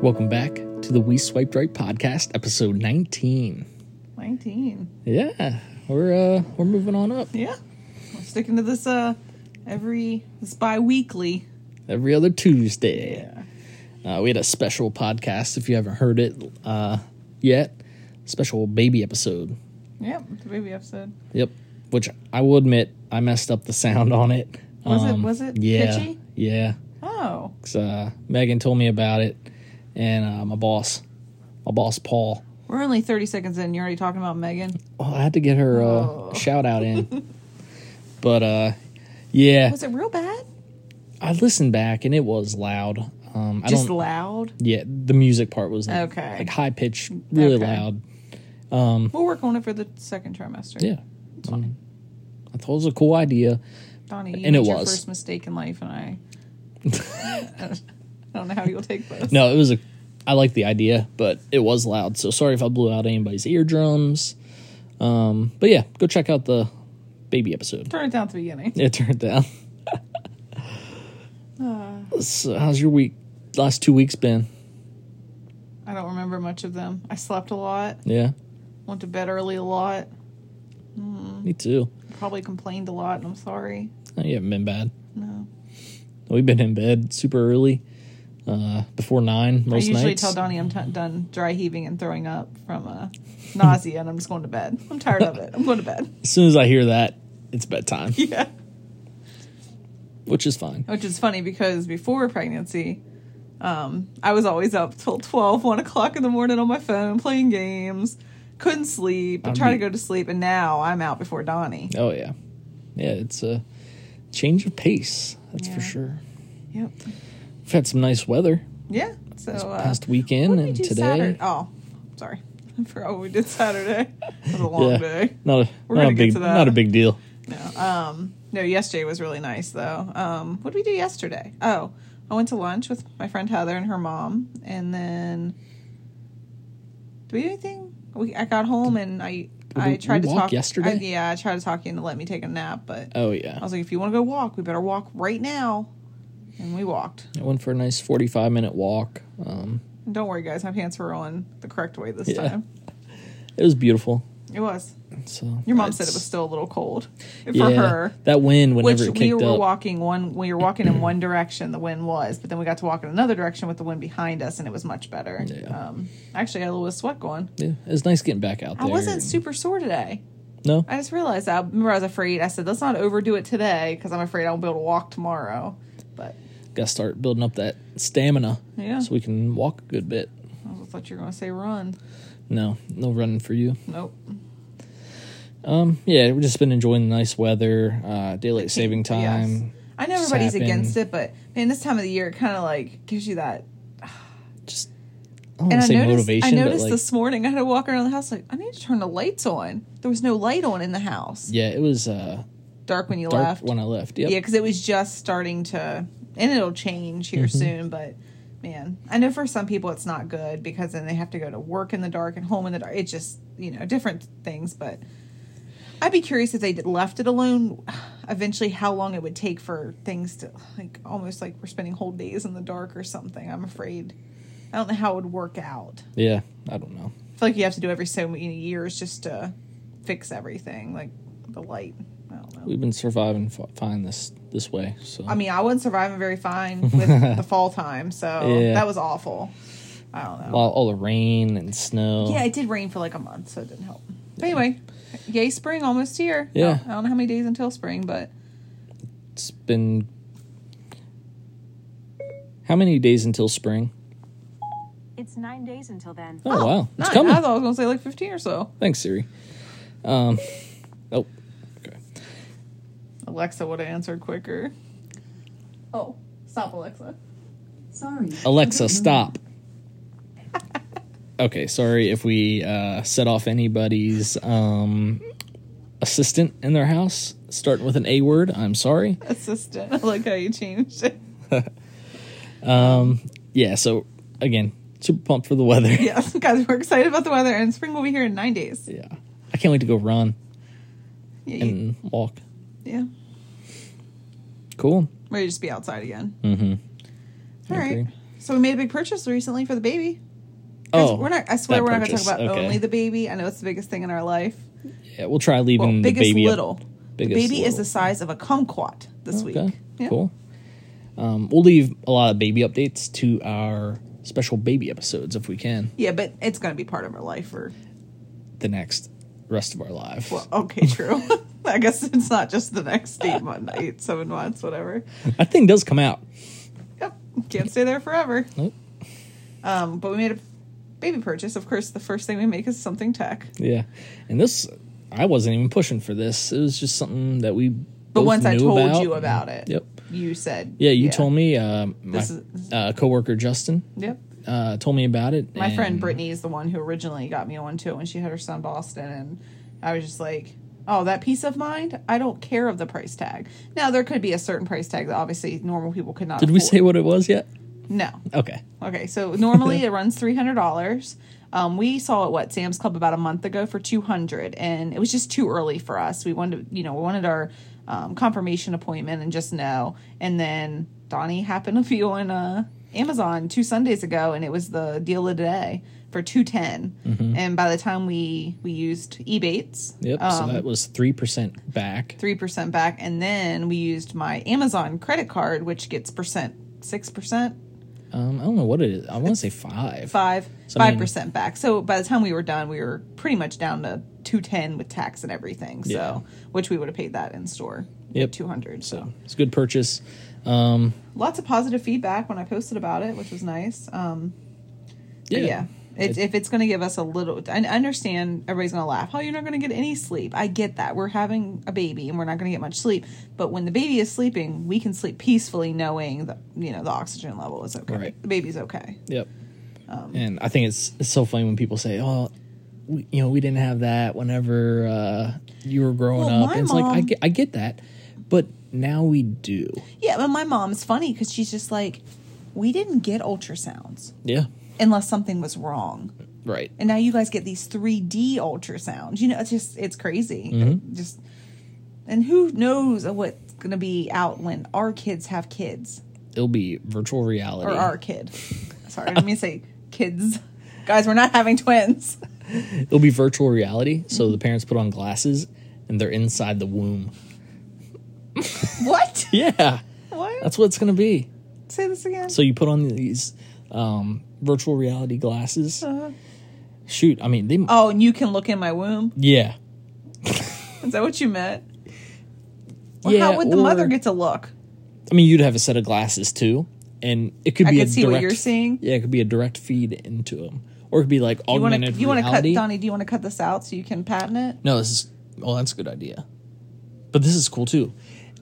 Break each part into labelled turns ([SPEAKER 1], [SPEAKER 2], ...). [SPEAKER 1] Welcome back to the We Swiped Right podcast, episode 19.
[SPEAKER 2] 19.
[SPEAKER 1] Yeah, we're uh we're moving on up.
[SPEAKER 2] Yeah. We're sticking to this uh every this bi-weekly.
[SPEAKER 1] Every other Tuesday. Uh, we had a special podcast if you haven't heard it uh yet. Special baby episode.
[SPEAKER 2] Yep, it's a baby episode.
[SPEAKER 1] Yep. Which I will admit I messed up the sound on it.
[SPEAKER 2] Was it- was it
[SPEAKER 1] Um, Yeah.
[SPEAKER 2] pitchy?
[SPEAKER 1] Yeah.
[SPEAKER 2] Oh.
[SPEAKER 1] 'Cause, Uh, Megan told me about it and uh, my boss, my boss Paul.
[SPEAKER 2] We're only 30 seconds in. You're already talking about Megan.
[SPEAKER 1] Oh, I had to get her uh,
[SPEAKER 2] Oh.
[SPEAKER 1] shout out in. but uh yeah,
[SPEAKER 2] Was it real bad?
[SPEAKER 1] I listened back and it was loud. Um I
[SPEAKER 2] Just
[SPEAKER 1] don't
[SPEAKER 2] loud?
[SPEAKER 1] yeah, the music part was like,
[SPEAKER 2] Okay.
[SPEAKER 1] like high pitched, really
[SPEAKER 2] Okay.
[SPEAKER 1] loud.
[SPEAKER 2] We'll work on it for the second trimester.
[SPEAKER 1] Mm. Yeah. Um, I thought it was a cool idea.
[SPEAKER 2] Donnie, you
[SPEAKER 1] And it
[SPEAKER 2] made your
[SPEAKER 1] was.
[SPEAKER 2] first mistake in life and I I don't know how you'll take this.
[SPEAKER 1] No, it was a I like the idea, but it was loud. So sorry if I blew out anybody's eardrums. Um but yeah, go check out the baby episode.
[SPEAKER 2] Turn it down at the beginning.
[SPEAKER 1] It turned down. so how's your week? Last two weeks been?
[SPEAKER 2] I don't remember much of them. I slept a lot,
[SPEAKER 1] Yeah,
[SPEAKER 2] went to bed early a lot,
[SPEAKER 1] me too.
[SPEAKER 2] probably complained a lot, and I'm sorry.
[SPEAKER 1] Oh, you haven't been bad.
[SPEAKER 2] No.
[SPEAKER 1] We've been in bed super early, uh, before nine most
[SPEAKER 2] I usually
[SPEAKER 1] nights.
[SPEAKER 2] tell Donnie I'm t- done dry heaving and throwing up from uh, nausea, and I'm just going to bed. I'm tired of it. I'm going to bed.
[SPEAKER 1] as soon as I hear that, it's bedtime,
[SPEAKER 2] Yeah,
[SPEAKER 1] which is fine.
[SPEAKER 2] which is funny because before pregnancy, um, I was always up till 12, 1 o'clock in the morning on my phone playing games. Couldn't sleep, but try to
[SPEAKER 1] be-
[SPEAKER 2] go to sleep, and now I'm out before Donnie.
[SPEAKER 1] Oh yeah, yeah. It's a change of pace. That's for
[SPEAKER 2] Yeah.
[SPEAKER 1] sure.
[SPEAKER 2] Yep.
[SPEAKER 1] We've had some nice weather
[SPEAKER 2] Yeah. So uh,
[SPEAKER 1] past weekend
[SPEAKER 2] what did we
[SPEAKER 1] and
[SPEAKER 2] do
[SPEAKER 1] today.
[SPEAKER 2] Saturday? Oh, sorry, I forgot what we did Saturday. It was a long
[SPEAKER 1] Yeah.
[SPEAKER 2] day.
[SPEAKER 1] Not a
[SPEAKER 2] We're
[SPEAKER 1] not a
[SPEAKER 2] gonna get
[SPEAKER 1] big
[SPEAKER 2] to that.
[SPEAKER 1] not a big deal.
[SPEAKER 2] No. Um, no, yesterday was really nice though. Um, what did we do yesterday? Oh, I went to lunch with my friend Heather and her mom, and then did we do anything? We I got home and I I
[SPEAKER 1] we
[SPEAKER 2] tried to
[SPEAKER 1] walk
[SPEAKER 2] talk
[SPEAKER 1] yesterday?
[SPEAKER 2] I, yeah, I tried to talk you into let me take a nap, but
[SPEAKER 1] Oh yeah,
[SPEAKER 2] I was like, if you want to go walk, we better walk right now, and we walked.
[SPEAKER 1] I went for a nice forty-five minute walk. Um,
[SPEAKER 2] And don't worry, guys, my pants were on the correct way this
[SPEAKER 1] Yeah.
[SPEAKER 2] time.
[SPEAKER 1] it was beautiful.
[SPEAKER 2] It was.
[SPEAKER 1] So
[SPEAKER 2] Your mom said it
[SPEAKER 1] that's-
[SPEAKER 2] was still a little cold for
[SPEAKER 1] yeah,
[SPEAKER 2] her.
[SPEAKER 1] That wind whenever
[SPEAKER 2] Which
[SPEAKER 1] it
[SPEAKER 2] we
[SPEAKER 1] kicked
[SPEAKER 2] were
[SPEAKER 1] up.
[SPEAKER 2] walking one we were walking in one direction the wind was, but then we got to walk in another direction with the wind behind us and it was much better.
[SPEAKER 1] Yeah.
[SPEAKER 2] Um I actually had a little sweat going.
[SPEAKER 1] yeah, it was nice getting back out there.
[SPEAKER 2] I wasn't
[SPEAKER 1] and-
[SPEAKER 2] super sore today.
[SPEAKER 1] No,
[SPEAKER 2] I just realized that. I remember I was afraid. I said, let's not overdo it today because I'm afraid I won't be able to walk tomorrow. But
[SPEAKER 1] gotta start building up that stamina.
[SPEAKER 2] Yeah.
[SPEAKER 1] so we can walk a good bit.
[SPEAKER 2] I also thought you were going to say run.
[SPEAKER 1] No, no running for you.
[SPEAKER 2] Nope.
[SPEAKER 1] Um, yeah, we've just been enjoying the nice weather, uh, daylight saving time.
[SPEAKER 2] Yes. I know everybody's
[SPEAKER 1] sapping.
[SPEAKER 2] against it, but man, this time of the year it kind of like gives you that
[SPEAKER 1] Just I don't want
[SPEAKER 2] And I
[SPEAKER 1] to say
[SPEAKER 2] noticed,
[SPEAKER 1] motivation,
[SPEAKER 2] I noticed
[SPEAKER 1] but like,
[SPEAKER 2] this morning I had to walk around the house like I need to turn the lights on. There was no light on in the house.
[SPEAKER 1] yeah, it was uh,
[SPEAKER 2] Dark when you
[SPEAKER 1] dark
[SPEAKER 2] left.
[SPEAKER 1] when I left. Yep.
[SPEAKER 2] Yeah, because it was just starting to, and it'll change here soon. But man, I know for some people it's not good because then they have to go to work in the dark and home in the dark. It's just you know different things. But I'd be curious if they did- left it alone. Eventually, how long it would take for things to like almost like we're spending whole days in the dark or something. I'm afraid. I don't know how it would work out.
[SPEAKER 1] yeah, I don't know.
[SPEAKER 2] I feel like you have to do every so many years just to fix everything, like the light. I don't know.
[SPEAKER 1] We've been surviving fi- fine this this way. So
[SPEAKER 2] I mean, I wasn't surviving very fine with the fall time, so
[SPEAKER 1] Yeah.
[SPEAKER 2] that was awful. I don't know.
[SPEAKER 1] all, all the rain and snow.
[SPEAKER 2] yeah, it did rain for like a month, so it didn't help. But anyway, yay, spring almost here. I
[SPEAKER 1] Yeah.
[SPEAKER 2] don't- I don't know how many days until spring, but
[SPEAKER 1] it's been how many days until spring?
[SPEAKER 3] It's nine days until then.
[SPEAKER 1] Oh, wow, it's
[SPEAKER 2] not,
[SPEAKER 1] coming.
[SPEAKER 2] I thought I was going to say like 15 or so.
[SPEAKER 1] Thanks, Siri. Um, oh, okay.
[SPEAKER 2] Alexa would have answered quicker. Oh, stop, Alexa.
[SPEAKER 3] Sorry.
[SPEAKER 1] Alexa, stop. Okay, sorry if we uh, set off anybody's um, assistant in their house, starting with an A word. I'm sorry.
[SPEAKER 2] Assistant. I like how you changed it.
[SPEAKER 1] Yeah. So again, super pumped for the weather.
[SPEAKER 2] Yes, guys, we're excited about the weather, and spring will be here in nine days.
[SPEAKER 1] Yeah. I can't wait to go run
[SPEAKER 2] Yeah, you-
[SPEAKER 1] and walk.
[SPEAKER 2] yeah.
[SPEAKER 1] Cool.
[SPEAKER 2] Ready to just be outside again.
[SPEAKER 1] Mm-hmm.
[SPEAKER 2] All
[SPEAKER 1] agree.
[SPEAKER 2] right. So we made a big purchase recently for the baby. Guys, we're not. I swear
[SPEAKER 1] Oh, that
[SPEAKER 2] we're not going to
[SPEAKER 1] purchase.
[SPEAKER 2] talk about
[SPEAKER 1] Okay.
[SPEAKER 2] only the baby. I know it's the biggest thing in our life.
[SPEAKER 1] Yeah, we'll try leaving
[SPEAKER 2] Well,
[SPEAKER 1] the
[SPEAKER 2] biggest
[SPEAKER 1] baby. up-
[SPEAKER 2] little.
[SPEAKER 1] biggest
[SPEAKER 2] the baby is
[SPEAKER 1] little.
[SPEAKER 2] the size of a kumquat this week.
[SPEAKER 1] Okay,
[SPEAKER 2] Yeah.
[SPEAKER 1] cool. Um, we'll leave a lot of baby updates to our special baby episodes if we can.
[SPEAKER 2] Yeah, but it's going to be part of our life for.
[SPEAKER 1] The next rest of our lives.
[SPEAKER 2] Well, okay, true. I guess it's not just the next eight, month, eight, seven months, whatever.
[SPEAKER 1] that thing does come out.
[SPEAKER 2] Yep, can't stay there forever.
[SPEAKER 1] Nope.
[SPEAKER 2] Um, but we made a baby purchase. Of course, the first thing we make is something tech.
[SPEAKER 1] Yeah, and this I wasn't even pushing for this. It was just something that we.
[SPEAKER 2] But
[SPEAKER 1] both
[SPEAKER 2] once I
[SPEAKER 1] knew
[SPEAKER 2] told
[SPEAKER 1] about.
[SPEAKER 2] you about it,
[SPEAKER 1] Yep.
[SPEAKER 2] you said
[SPEAKER 1] Yeah, you told me. Uh, my
[SPEAKER 2] This is-
[SPEAKER 1] uh, coworker Justin
[SPEAKER 2] Yep.
[SPEAKER 1] uh, told me about it.
[SPEAKER 2] My friend
[SPEAKER 1] and-
[SPEAKER 2] Brittany is the one who originally got me onto it when she had her son Boston, and I was just like, "Oh, that peace of mind. I don't care of the price tag." Now there could be a certain price tag that obviously normal people could not.
[SPEAKER 1] Did we
[SPEAKER 2] afford.
[SPEAKER 1] say what it was yet?
[SPEAKER 2] no?
[SPEAKER 1] Okay.
[SPEAKER 2] Okay, so normally it runs three hundred dollars. Um, we saw it what Sam's Club about a month ago for two hundred, and it was just too early for us. We wanted, you know, we wanted our um, confirmation appointment and just know. And then Donnie happened to be on uh, Amazon two Sundays ago, and it was the deal of the day for two And by the time we we used Ebates,
[SPEAKER 1] Mm-hmm.
[SPEAKER 2] um,
[SPEAKER 1] Yep. so that was three percent back.
[SPEAKER 2] three percent back, and then we used my Amazon credit card, which gets percent six percent
[SPEAKER 1] Um, I don't know what it is. I want to say five.
[SPEAKER 2] five
[SPEAKER 1] So, I
[SPEAKER 2] five
[SPEAKER 1] mean-
[SPEAKER 2] percent back. So by the time we were done, we were pretty much down to two ten with tax and everything. So
[SPEAKER 1] Yeah.
[SPEAKER 2] which we would have paid that in store.
[SPEAKER 1] Yep.
[SPEAKER 2] two hundred. So.
[SPEAKER 1] So it's a good purchase. Um,
[SPEAKER 2] lots of positive feedback when I posted about it, which was nice. Um,
[SPEAKER 1] yeah.
[SPEAKER 2] but yeah. It's, if it's going to give us a little, I understand everybody's going to laugh. How you're not going to get any sleep? I get that. We're having a baby and we're not going to get much sleep. But when the baby is sleeping, we can sleep peacefully, knowing that you know the oxygen level is okay.
[SPEAKER 1] Right.
[SPEAKER 2] The baby's okay.
[SPEAKER 1] Yep.
[SPEAKER 2] Um,
[SPEAKER 1] and I think it's it's so funny when people say, "Oh, we, you know, we didn't have that whenever uh, you were growing
[SPEAKER 2] Well,
[SPEAKER 1] up."
[SPEAKER 2] my
[SPEAKER 1] And it's like I
[SPEAKER 2] mom-
[SPEAKER 1] get, I get that, but now we do.
[SPEAKER 2] Yeah, but my mom's funny because she's just like, we didn't get ultrasounds
[SPEAKER 1] Yeah.
[SPEAKER 2] unless something was wrong,
[SPEAKER 1] Right.
[SPEAKER 2] and now you guys get these 3D ultrasounds. You know, it's just it's crazy.
[SPEAKER 1] Mm-hmm.
[SPEAKER 2] Just and who knows what's gonna be out when our kids have kids
[SPEAKER 1] It'll be virtual reality.
[SPEAKER 2] or our kid. Sorry, I didn't mean to say kids. Guys, we're not having twins.
[SPEAKER 1] It'll be virtual reality. So the parents put on glasses and they're inside the womb.
[SPEAKER 2] What?
[SPEAKER 1] Yeah.
[SPEAKER 2] What?
[SPEAKER 1] That's what it's gonna be.
[SPEAKER 2] Say this again.
[SPEAKER 1] So you put on these um, virtual reality glasses.
[SPEAKER 2] Uh-huh.
[SPEAKER 1] Shoot, I mean they.
[SPEAKER 2] Oh, and you can look in my womb.
[SPEAKER 1] Yeah.
[SPEAKER 2] Is that what you meant? Well,
[SPEAKER 1] yeah.
[SPEAKER 2] How would the
[SPEAKER 1] or-
[SPEAKER 2] mother get to look?
[SPEAKER 1] I mean, you'd have a set of glasses too, and it could
[SPEAKER 2] I
[SPEAKER 1] be a
[SPEAKER 2] could see what
[SPEAKER 1] direct,
[SPEAKER 2] you're seeing.
[SPEAKER 1] Yeah, it could be a direct feed into them, or it could be like
[SPEAKER 2] You want to
[SPEAKER 1] augmented
[SPEAKER 2] you want to cut
[SPEAKER 1] reality.
[SPEAKER 2] Donnie? Do you want to cut this out so you can patent it?
[SPEAKER 1] no, this is oh, that's a good idea, but this is cool too.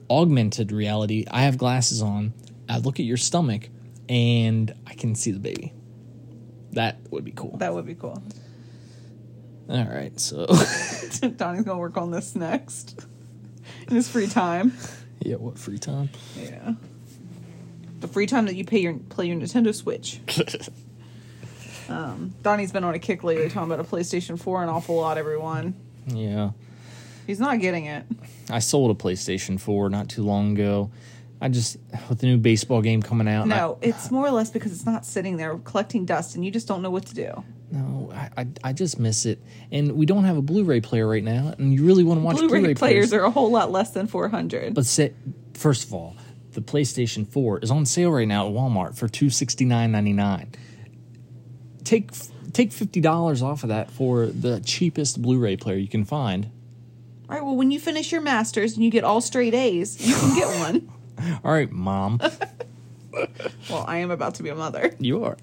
[SPEAKER 1] Augmented reality. I have glasses on. I look at your stomach, and I can see the baby. That would be cool.
[SPEAKER 2] That would be cool.
[SPEAKER 1] All right, so
[SPEAKER 2] Donnie's gonna work on this next in his free time.
[SPEAKER 1] yeah, what free time?
[SPEAKER 2] Yeah, the free time that you pay your play your Nintendo Switch. um, Donnie's been on a kick lately, talking about a PlayStation Four an awful lot. Everyone,
[SPEAKER 1] Yeah.
[SPEAKER 2] he's not getting it.
[SPEAKER 1] I sold a PlayStation 4 not too long ago. I just with the new baseball game coming out. and I-
[SPEAKER 2] No, it's more or less because it's not sitting there collecting dust, and you just don't know what to do.
[SPEAKER 1] No, I, I I just miss it, and we don't have a Blu-ray player right now, and you really want to watch
[SPEAKER 2] Blu-ray,
[SPEAKER 1] Blu-ray,
[SPEAKER 2] players,
[SPEAKER 1] players.
[SPEAKER 2] are a whole lot less than four hundred.
[SPEAKER 1] but say, first of all, the PlayStation Four is on sale right now at Walmart for two sixty nine ninety nine. Take take fifty dollars off of that for the cheapest Blu-ray player you can find.
[SPEAKER 2] All right, well, when you finish your masters and you get all straight A's, you can get one.
[SPEAKER 1] All right, mom,
[SPEAKER 2] Well, I am about to be a mother.
[SPEAKER 1] you are.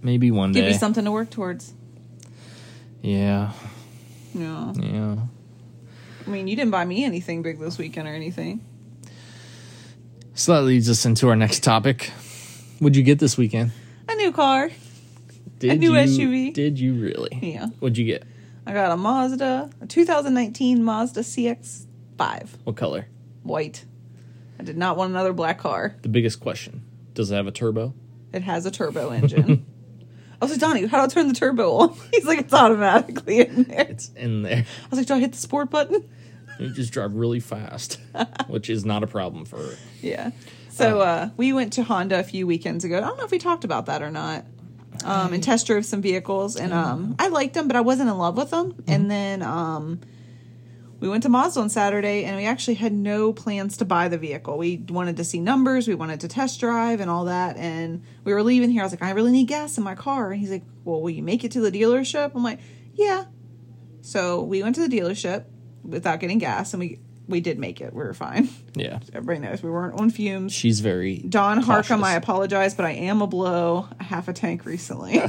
[SPEAKER 1] Maybe one
[SPEAKER 2] Give
[SPEAKER 1] day.
[SPEAKER 2] you something to work towards.
[SPEAKER 1] yeah,
[SPEAKER 2] No.
[SPEAKER 1] yeah.
[SPEAKER 2] I mean, you didn't buy me anything big this weekend or anything.
[SPEAKER 1] So that leads us into our next topic. What'd you get this weekend?
[SPEAKER 2] A new car.
[SPEAKER 1] Did
[SPEAKER 2] new
[SPEAKER 1] you,
[SPEAKER 2] SUV.
[SPEAKER 1] Did you really?
[SPEAKER 2] Yeah.
[SPEAKER 1] What'd you get?
[SPEAKER 2] I got a Mazda, a 2019 Mazda CX5,
[SPEAKER 1] What color?
[SPEAKER 2] white. I did not want another black car.
[SPEAKER 1] The biggest question: Does it have a turbo?
[SPEAKER 2] It has a turbo engine. I was like, Donnie, how do I turn the turbo on? He's like, it's automatically in there.
[SPEAKER 1] It's in there.
[SPEAKER 2] I was like, do I hit the sport button?
[SPEAKER 1] You just drive really fast, which is not a problem for her.
[SPEAKER 2] Yeah. So uh, we went to Honda a few weekends ago. I don't know if we talked about that or not. Um, and test drove some vehicles, and um, I liked them, but I wasn't in love with them. And then um, we went to Mazda on Saturday, and we actually had no plans to buy the vehicle. We wanted to see numbers, we wanted to test drive, and all that. And we were leaving here. I was like, I really need gas in my car. And he's like, Well, will you make it to the dealership? I'm like, Yeah, so we went to the dealership without getting gas, and we we did make it. We were fine.
[SPEAKER 1] Yeah,
[SPEAKER 2] Everybody knows we weren't on fumes.
[SPEAKER 1] she's very
[SPEAKER 2] Don Harcum,
[SPEAKER 1] cautious.
[SPEAKER 2] I apologize, but I am a blow a half a tank recently.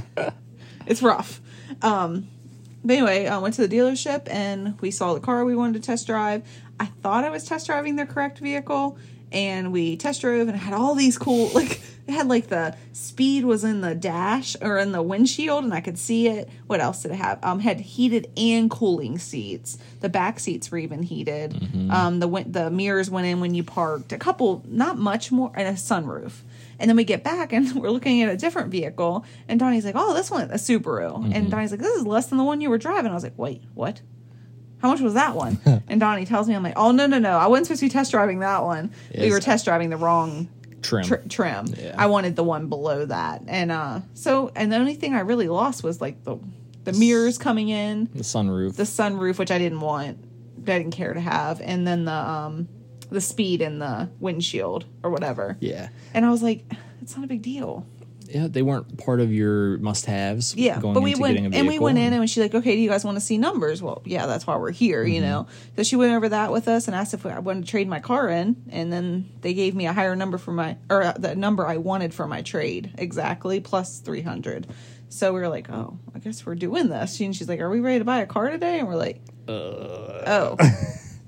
[SPEAKER 2] it's rough. Um, but anyway, I went to the dealership and we saw the car we wanted to test drive. I thought I was test driving the correct vehicle, and we test drove and it had all these cool like it had like the speed was in the dash or in the windshield and I could see it. What else did it have? Um, had heated and cooling seats. The back seats were even heated. Um, the win- the mirrors went in when you parked. A couple, not much more, and a sunroof. And then we get back and we're looking at a different vehicle. And Donnie's like, oh, this one, a Subaru.
[SPEAKER 1] Mm-hmm.
[SPEAKER 2] And Donnie's like, this is less than the one you were driving. I was like, wait, what? How much was that one? and Donnie tells me, I'm like, oh, no, no, no. I wasn't supposed to be test driving that one. We
[SPEAKER 1] Yes.
[SPEAKER 2] were test driving the wrong
[SPEAKER 1] trim.
[SPEAKER 2] tr- trim.
[SPEAKER 1] Yeah.
[SPEAKER 2] I wanted the one below that. And uh, so, and the only thing I really lost was like the, the mirrors coming in
[SPEAKER 1] the sunroof.
[SPEAKER 2] the sunroof, which I didn't want, that I didn't care to have, and then the um the speed in the windshield or whatever.
[SPEAKER 1] yeah,
[SPEAKER 2] And I was like, it's not a big deal.
[SPEAKER 1] yeah, they weren't part of your must-haves.
[SPEAKER 2] Yeah,
[SPEAKER 1] going
[SPEAKER 2] but we
[SPEAKER 1] into
[SPEAKER 2] went
[SPEAKER 1] getting a
[SPEAKER 2] and we went in,
[SPEAKER 1] vehicle.
[SPEAKER 2] and she's like, "Okay, do you guys want to see numbers?" Well, yeah, that's why we're here, you
[SPEAKER 1] Mm-hmm.
[SPEAKER 2] know. So she went over that with us and asked if I wanted to trade my car in, and then they gave me a higher number for my or uh, the number I wanted for my trade exactly plus three hundred. So we were like, "Oh, I guess we're doing this." She- And she's like, "Are we ready to buy a car today?" And we're like, "Oh,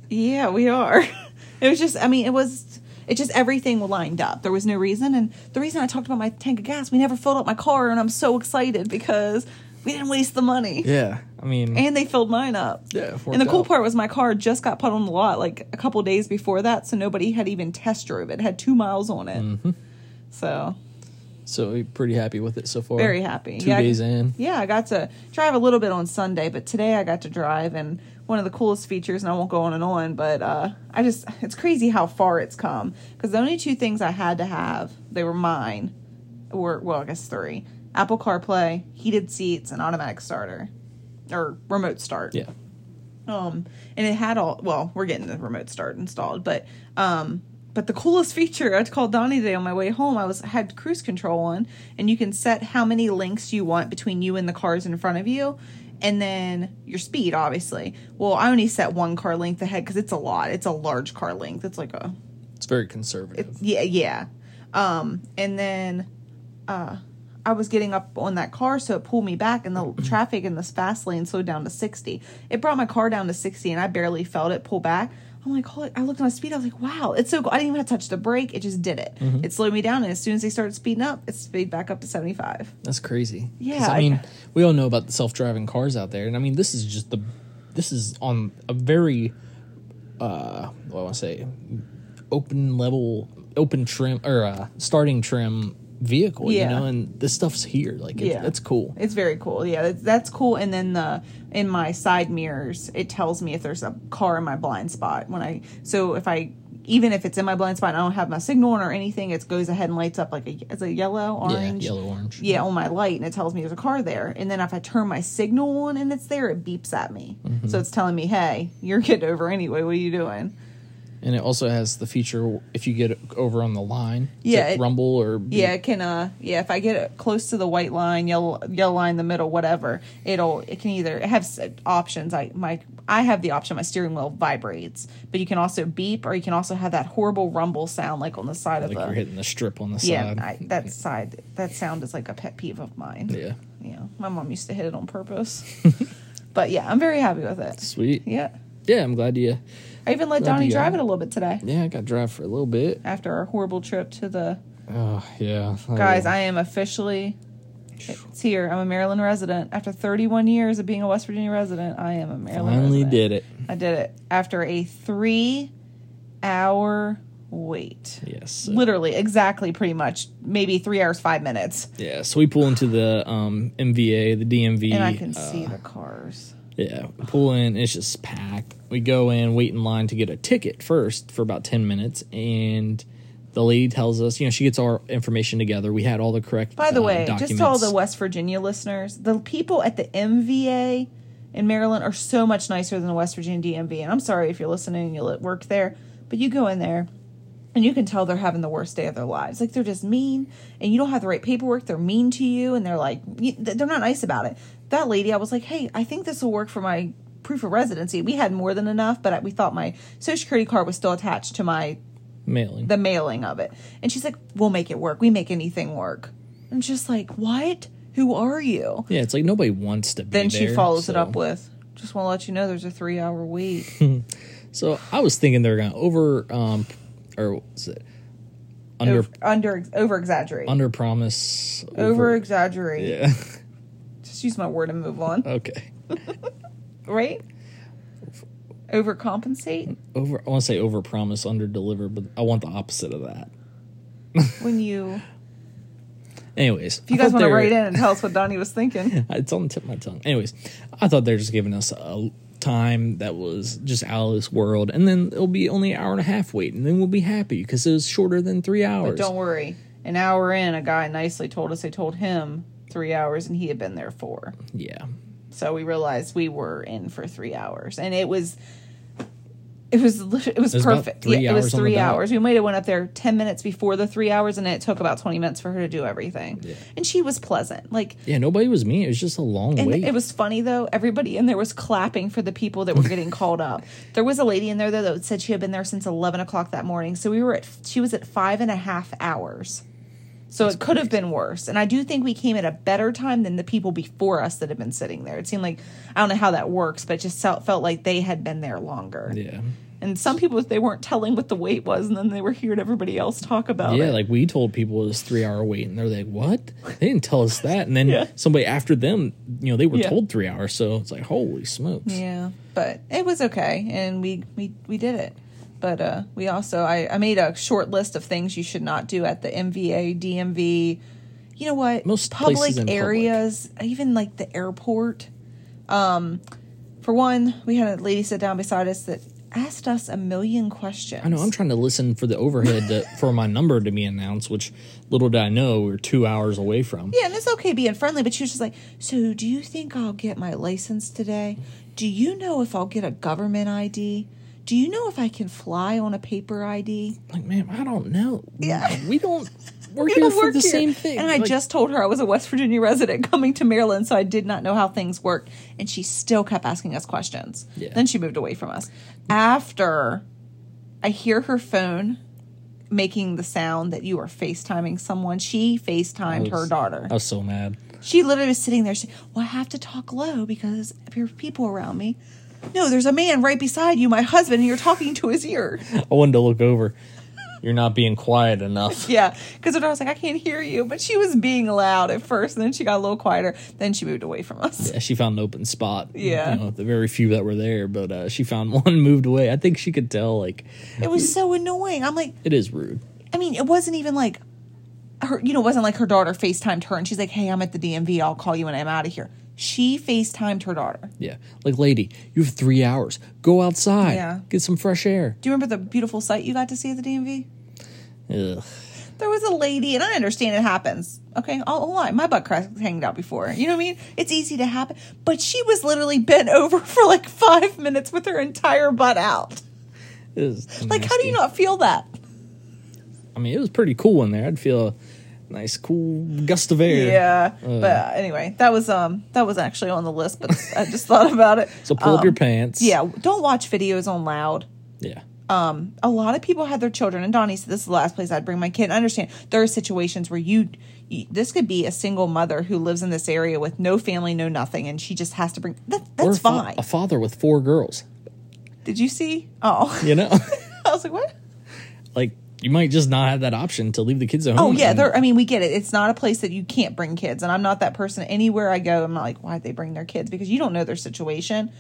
[SPEAKER 2] yeah, we are." it was just, I mean, it was. It just everything lined up. There was no reason, and the reason I talked about my tank of gas, we never filled up my car, and I'm so excited because we didn't waste the money,
[SPEAKER 1] yeah, I mean,
[SPEAKER 2] and they filled mine up.
[SPEAKER 1] Yeah, it
[SPEAKER 2] and the
[SPEAKER 1] worked
[SPEAKER 2] cool
[SPEAKER 1] out.
[SPEAKER 2] part was my car just got put on the lot like a couple days before that, so nobody had even test drove it. It had two miles on it,
[SPEAKER 1] Mm-hmm.
[SPEAKER 2] so
[SPEAKER 1] so you're pretty happy with it so far.
[SPEAKER 2] very happy.
[SPEAKER 1] Two
[SPEAKER 2] Yeah, I-
[SPEAKER 1] days in.
[SPEAKER 2] Yeah, I got to drive a little bit on Sunday, but today I got to drive, and one of the coolest features, and I won't go on and on, but uh, I just, it's crazy how far it's come. Because the only two things I had to have, they were mine, were, well, I guess three Apple CarPlay, heated seats, and automatic starter, or remote start.
[SPEAKER 1] Yeah,
[SPEAKER 2] Um, and it had all well, we're getting the remote start installed, but um, but the coolest feature I called Donnie today on my way home. I was had cruise control on, and you can set how many links you want between you and the cars in front of you, and then your speed, obviously. Well, I only set one car length ahead because it's a lot. It's a large car length. It's like a
[SPEAKER 1] it's very conservative.
[SPEAKER 2] yeah, yeah. Um, and then uh, I was getting up on that car, so it pulled me back, and the traffic in this fast lane slowed down to 60. It brought my car down to 60, and I barely felt it pull back. I'm like, holy, I looked at my speed. I was like, wow, it's so cool. I didn't even have to touch the brake. It just did it. It slowed me down, and as soon as they started speeding up, it speed back up to 75.
[SPEAKER 1] That's crazy. 'Cause,
[SPEAKER 2] Yeah,
[SPEAKER 1] I
[SPEAKER 2] I-
[SPEAKER 1] mean, we all know about the self-driving cars out there, and I mean, this is just the this is on a very uh, what do I want to say, open level, open trim or uh, starting trim vehicle.
[SPEAKER 2] Yeah.
[SPEAKER 1] You know, and this stuff's here. Like, it's,
[SPEAKER 2] Yeah.
[SPEAKER 1] it's cool.
[SPEAKER 2] It's very cool. Yeah, that's- that's cool. And then the in my side mirrors, it tells me if there's a car in my blind spot when I. So if I even if it's in my blind spot, and I don't have my signal on or anything. It goes ahead and lights up like a it's a yellow orange.
[SPEAKER 1] Yeah, yellow orange.
[SPEAKER 2] Yeah, on my light, and it tells me there's a car there. And then if I turn my signal on and it's there, it beeps at me.
[SPEAKER 1] Mm-hmm.
[SPEAKER 2] So it's telling me, "Hey, you're getting over anyway. What are you doing?"
[SPEAKER 1] And it also has the feature if you get over on the line, does
[SPEAKER 2] Yeah,
[SPEAKER 1] it
[SPEAKER 2] it-
[SPEAKER 1] rumble or beep?
[SPEAKER 2] Yeah, it can uh yeah, if I get it close to the white line, yellow yellow line in the middle, whatever, it'll it can either it has uh, options. I my I have the option my steering wheel vibrates, but you can also beep or you can also have that horrible rumble sound like on the side
[SPEAKER 1] like
[SPEAKER 2] of
[SPEAKER 1] you're
[SPEAKER 2] the
[SPEAKER 1] hitting the strip on the
[SPEAKER 2] Yeah,
[SPEAKER 1] side.
[SPEAKER 2] I, that side that sound is like a pet peeve of mine.
[SPEAKER 1] yeah,
[SPEAKER 2] Yeah. My mom used to hit it on purpose. but yeah, I'm very happy with it.
[SPEAKER 1] sweet. Yeah,
[SPEAKER 2] Yeah.
[SPEAKER 1] I'm glad you.
[SPEAKER 2] I even let
[SPEAKER 1] Glad
[SPEAKER 2] Donnie
[SPEAKER 1] you got
[SPEAKER 2] drive
[SPEAKER 1] it.
[SPEAKER 2] it a little bit today
[SPEAKER 1] Yeah, I got to drive for a little bit.
[SPEAKER 2] after our horrible trip to the
[SPEAKER 1] Oh yeah,
[SPEAKER 2] Guys, I am officially it's here. I'm a Maryland resident. After 31 years of being a West Virginia resident, I am a Maryland
[SPEAKER 1] finally
[SPEAKER 2] resident.
[SPEAKER 1] did it.
[SPEAKER 2] I did it after a 3 hour wait.
[SPEAKER 1] Yes. so-
[SPEAKER 2] Literally exactly pretty much maybe 3 hours 5 minutes.
[SPEAKER 1] Yeah, so we pull into the um, MVA, the DMV.
[SPEAKER 2] And I can
[SPEAKER 1] uh,
[SPEAKER 2] see the cars.
[SPEAKER 1] Yeah, pull in. It's just packed. We go in, wait in line to get a ticket first for about ten minutes, and the lady tells us, you know, she gets our information together. We had all the correct.
[SPEAKER 2] By the
[SPEAKER 1] uh,
[SPEAKER 2] way,
[SPEAKER 1] documents.
[SPEAKER 2] just to all the West Virginia listeners, the people at the MVA in Maryland are so much nicer than the West Virginia DMV. And I'm sorry if you're listening and you li- work there, but you go in there and you can tell they're having the worst day of their lives. Like they're just mean and you don't have the right paperwork. They're mean to you and they're like, y- th- they're not nice about it. That lady, I was like, hey, I think this will work for my proof of residency. We had more than enough, but I, we thought my social security card was still attached to my
[SPEAKER 1] mailing.
[SPEAKER 2] the mailing of it. And she's like, "We'll make it work. We make anything work." I'm just like, "What? Who are you?"
[SPEAKER 1] yeah, it's like nobody wants to be
[SPEAKER 2] Then she
[SPEAKER 1] there,
[SPEAKER 2] follows it
[SPEAKER 1] so-
[SPEAKER 2] up with, "Just want to let you know there's a 3-hour wait."
[SPEAKER 1] So I was thinking they're gonna over um or what was it under
[SPEAKER 2] Over- under over exaggerate.
[SPEAKER 1] under promise
[SPEAKER 2] Over exaggerate.
[SPEAKER 1] yeah
[SPEAKER 2] Just use my word and move on,
[SPEAKER 1] okay
[SPEAKER 2] right? Overcompensate
[SPEAKER 1] over I want to say over promise under deliver but I want the opposite of that.
[SPEAKER 2] when you
[SPEAKER 1] Anyways,
[SPEAKER 2] if you guys want to write in and tell us what Donnie was thinking.
[SPEAKER 1] it's on the tip of my tongue. Anyways, I thought they're just giving us a time that was just out of this world, and then it'll be only an hour and a half wait, and then we'll be happy because it was shorter than three hours.
[SPEAKER 2] Don't worry. An hour in, a guy nicely told us they told him 3 hours and he had been there 4.
[SPEAKER 1] yeah,
[SPEAKER 2] so we realized we were in for three hours and it was it was it was,
[SPEAKER 1] was about
[SPEAKER 2] perfect
[SPEAKER 1] three
[SPEAKER 2] yeah, it was
[SPEAKER 1] hours on
[SPEAKER 2] three
[SPEAKER 1] the dot.
[SPEAKER 2] hours we might have went up there 10 minutes before the three hours and it took about 20 minutes for her to do everything and she was pleasant like
[SPEAKER 1] yeah. Nobody was mean. It was just a long
[SPEAKER 2] and
[SPEAKER 1] wait.
[SPEAKER 2] it was funny though everybody in there was clapping for the people that were getting called up there was a lady in there though that said she had been there since 11 o'clock that morning so we were at she was at five and a half hours so it could have been worse and i do think we came at a better time than the people before us that had been sitting there it seemed like i don't know how that works but it just felt, felt like they had been there longer
[SPEAKER 1] yeah,
[SPEAKER 2] and some people they weren't telling what the wait was and then they were hearing everybody else talk about
[SPEAKER 1] yeah.
[SPEAKER 2] it
[SPEAKER 1] Like we told people it was three hour wait, and they're like, "What? They didn't tell us that." And then
[SPEAKER 2] Yeah.
[SPEAKER 1] somebody after them, you know, they were
[SPEAKER 2] Yeah.
[SPEAKER 1] told three hours, so it's like, holy smokes.
[SPEAKER 2] Yeah, but it was okay, and we we we did it. But uh, we also I, I made a short list of things you should not do at the MVA, DMV. You know what?
[SPEAKER 1] Most
[SPEAKER 2] public
[SPEAKER 1] places in public.
[SPEAKER 2] areas, even like the airport. Um, for one, we had a lady sit down beside us that asked us a million questions.
[SPEAKER 1] I know. I'm trying to listen for the overhead to, for my number to be announced, which little did I know we we're two hours away from.
[SPEAKER 2] Yeah, and it's okay being friendly, but she was just like, So, do you think I'll get my license today? Do you know if I'll get a government ID? Do you know if I can fly on a paper ID?
[SPEAKER 1] Like, ma'am, I don't know.
[SPEAKER 2] Yeah.
[SPEAKER 1] We don't, we're
[SPEAKER 2] We
[SPEAKER 1] here
[SPEAKER 2] don't
[SPEAKER 1] for
[SPEAKER 2] work
[SPEAKER 1] the
[SPEAKER 2] here.
[SPEAKER 1] same thing.
[SPEAKER 2] And I
[SPEAKER 1] Like,
[SPEAKER 2] just told her I was a West Virginia resident coming to Maryland, so I did not know how things worked. And she still kept asking us questions.
[SPEAKER 1] Yeah.
[SPEAKER 2] Then she moved away from us. After I hear her phone making the sound that you are FaceTiming someone, she FaceTimed her daughter.
[SPEAKER 1] I was so mad.
[SPEAKER 2] She literally was sitting there. She, well, I have to talk low because there are people around me. No, there's a man right beside you, my husband, and you're talking to his ear.
[SPEAKER 1] I wanted to look over. You're not being quiet enough.
[SPEAKER 2] Yeah, because I was like, I can't hear you. But she was being loud at first, and then she got a little quieter. Then she moved away from us.
[SPEAKER 1] Yeah, She found an open spot.
[SPEAKER 2] Yeah.
[SPEAKER 1] You know, the very few that were there, but uh, she found one, moved away. I think she could tell, like,
[SPEAKER 2] It was so annoying. I'm like,
[SPEAKER 1] it is rude.
[SPEAKER 2] I mean, it wasn't even like her, you know, it wasn't like her daughter FaceTimed her and she's like, hey, I'm at the DMV. I'll call you when I'm out of here. She FaceTimed her daughter.
[SPEAKER 1] Yeah. Like, lady, you have three hours. Go outside.
[SPEAKER 2] Yeah.
[SPEAKER 1] Get some fresh air.
[SPEAKER 2] Do you remember the beautiful sight you got to see at the DMV?
[SPEAKER 1] Ugh.
[SPEAKER 2] There was a lady, and I understand it happens. Okay, I'll, I'll lie. My butt crack hanged out before. You know what I mean? It's easy to happen. But she was literally bent over for like five minutes with her entire butt out.
[SPEAKER 1] It is
[SPEAKER 2] Like, how do
[SPEAKER 1] nasty.
[SPEAKER 2] you not feel that?
[SPEAKER 1] I mean, it was pretty cool in there. I'd feel a nice, cool gust of air.
[SPEAKER 2] Yeah. But uh, anyway, that was um that was actually on the list, but I just thought about it.
[SPEAKER 1] So pull up your pants.
[SPEAKER 2] Um, Yeah, don't watch videos on loud.
[SPEAKER 1] Yeah.
[SPEAKER 2] a lot of people had their children and donnie said this is the last place i'd bring my kid i understand there are situations where you, you this could be a single mother who lives in this area with no family no nothing and she just has to bring that,
[SPEAKER 1] Or
[SPEAKER 2] that's
[SPEAKER 1] a fa-
[SPEAKER 2] fine
[SPEAKER 1] A father with four girls.
[SPEAKER 2] did you see oh
[SPEAKER 1] You know,
[SPEAKER 2] i was like what
[SPEAKER 1] like you might just not have that option to leave the kids at
[SPEAKER 2] oh
[SPEAKER 1] home.
[SPEAKER 2] yeah
[SPEAKER 1] and-
[SPEAKER 2] there i mean we get it it's not a place that you can't bring kids and i'm not that person anywhere i go i'm not like why'd they bring their kids because you don't know their situation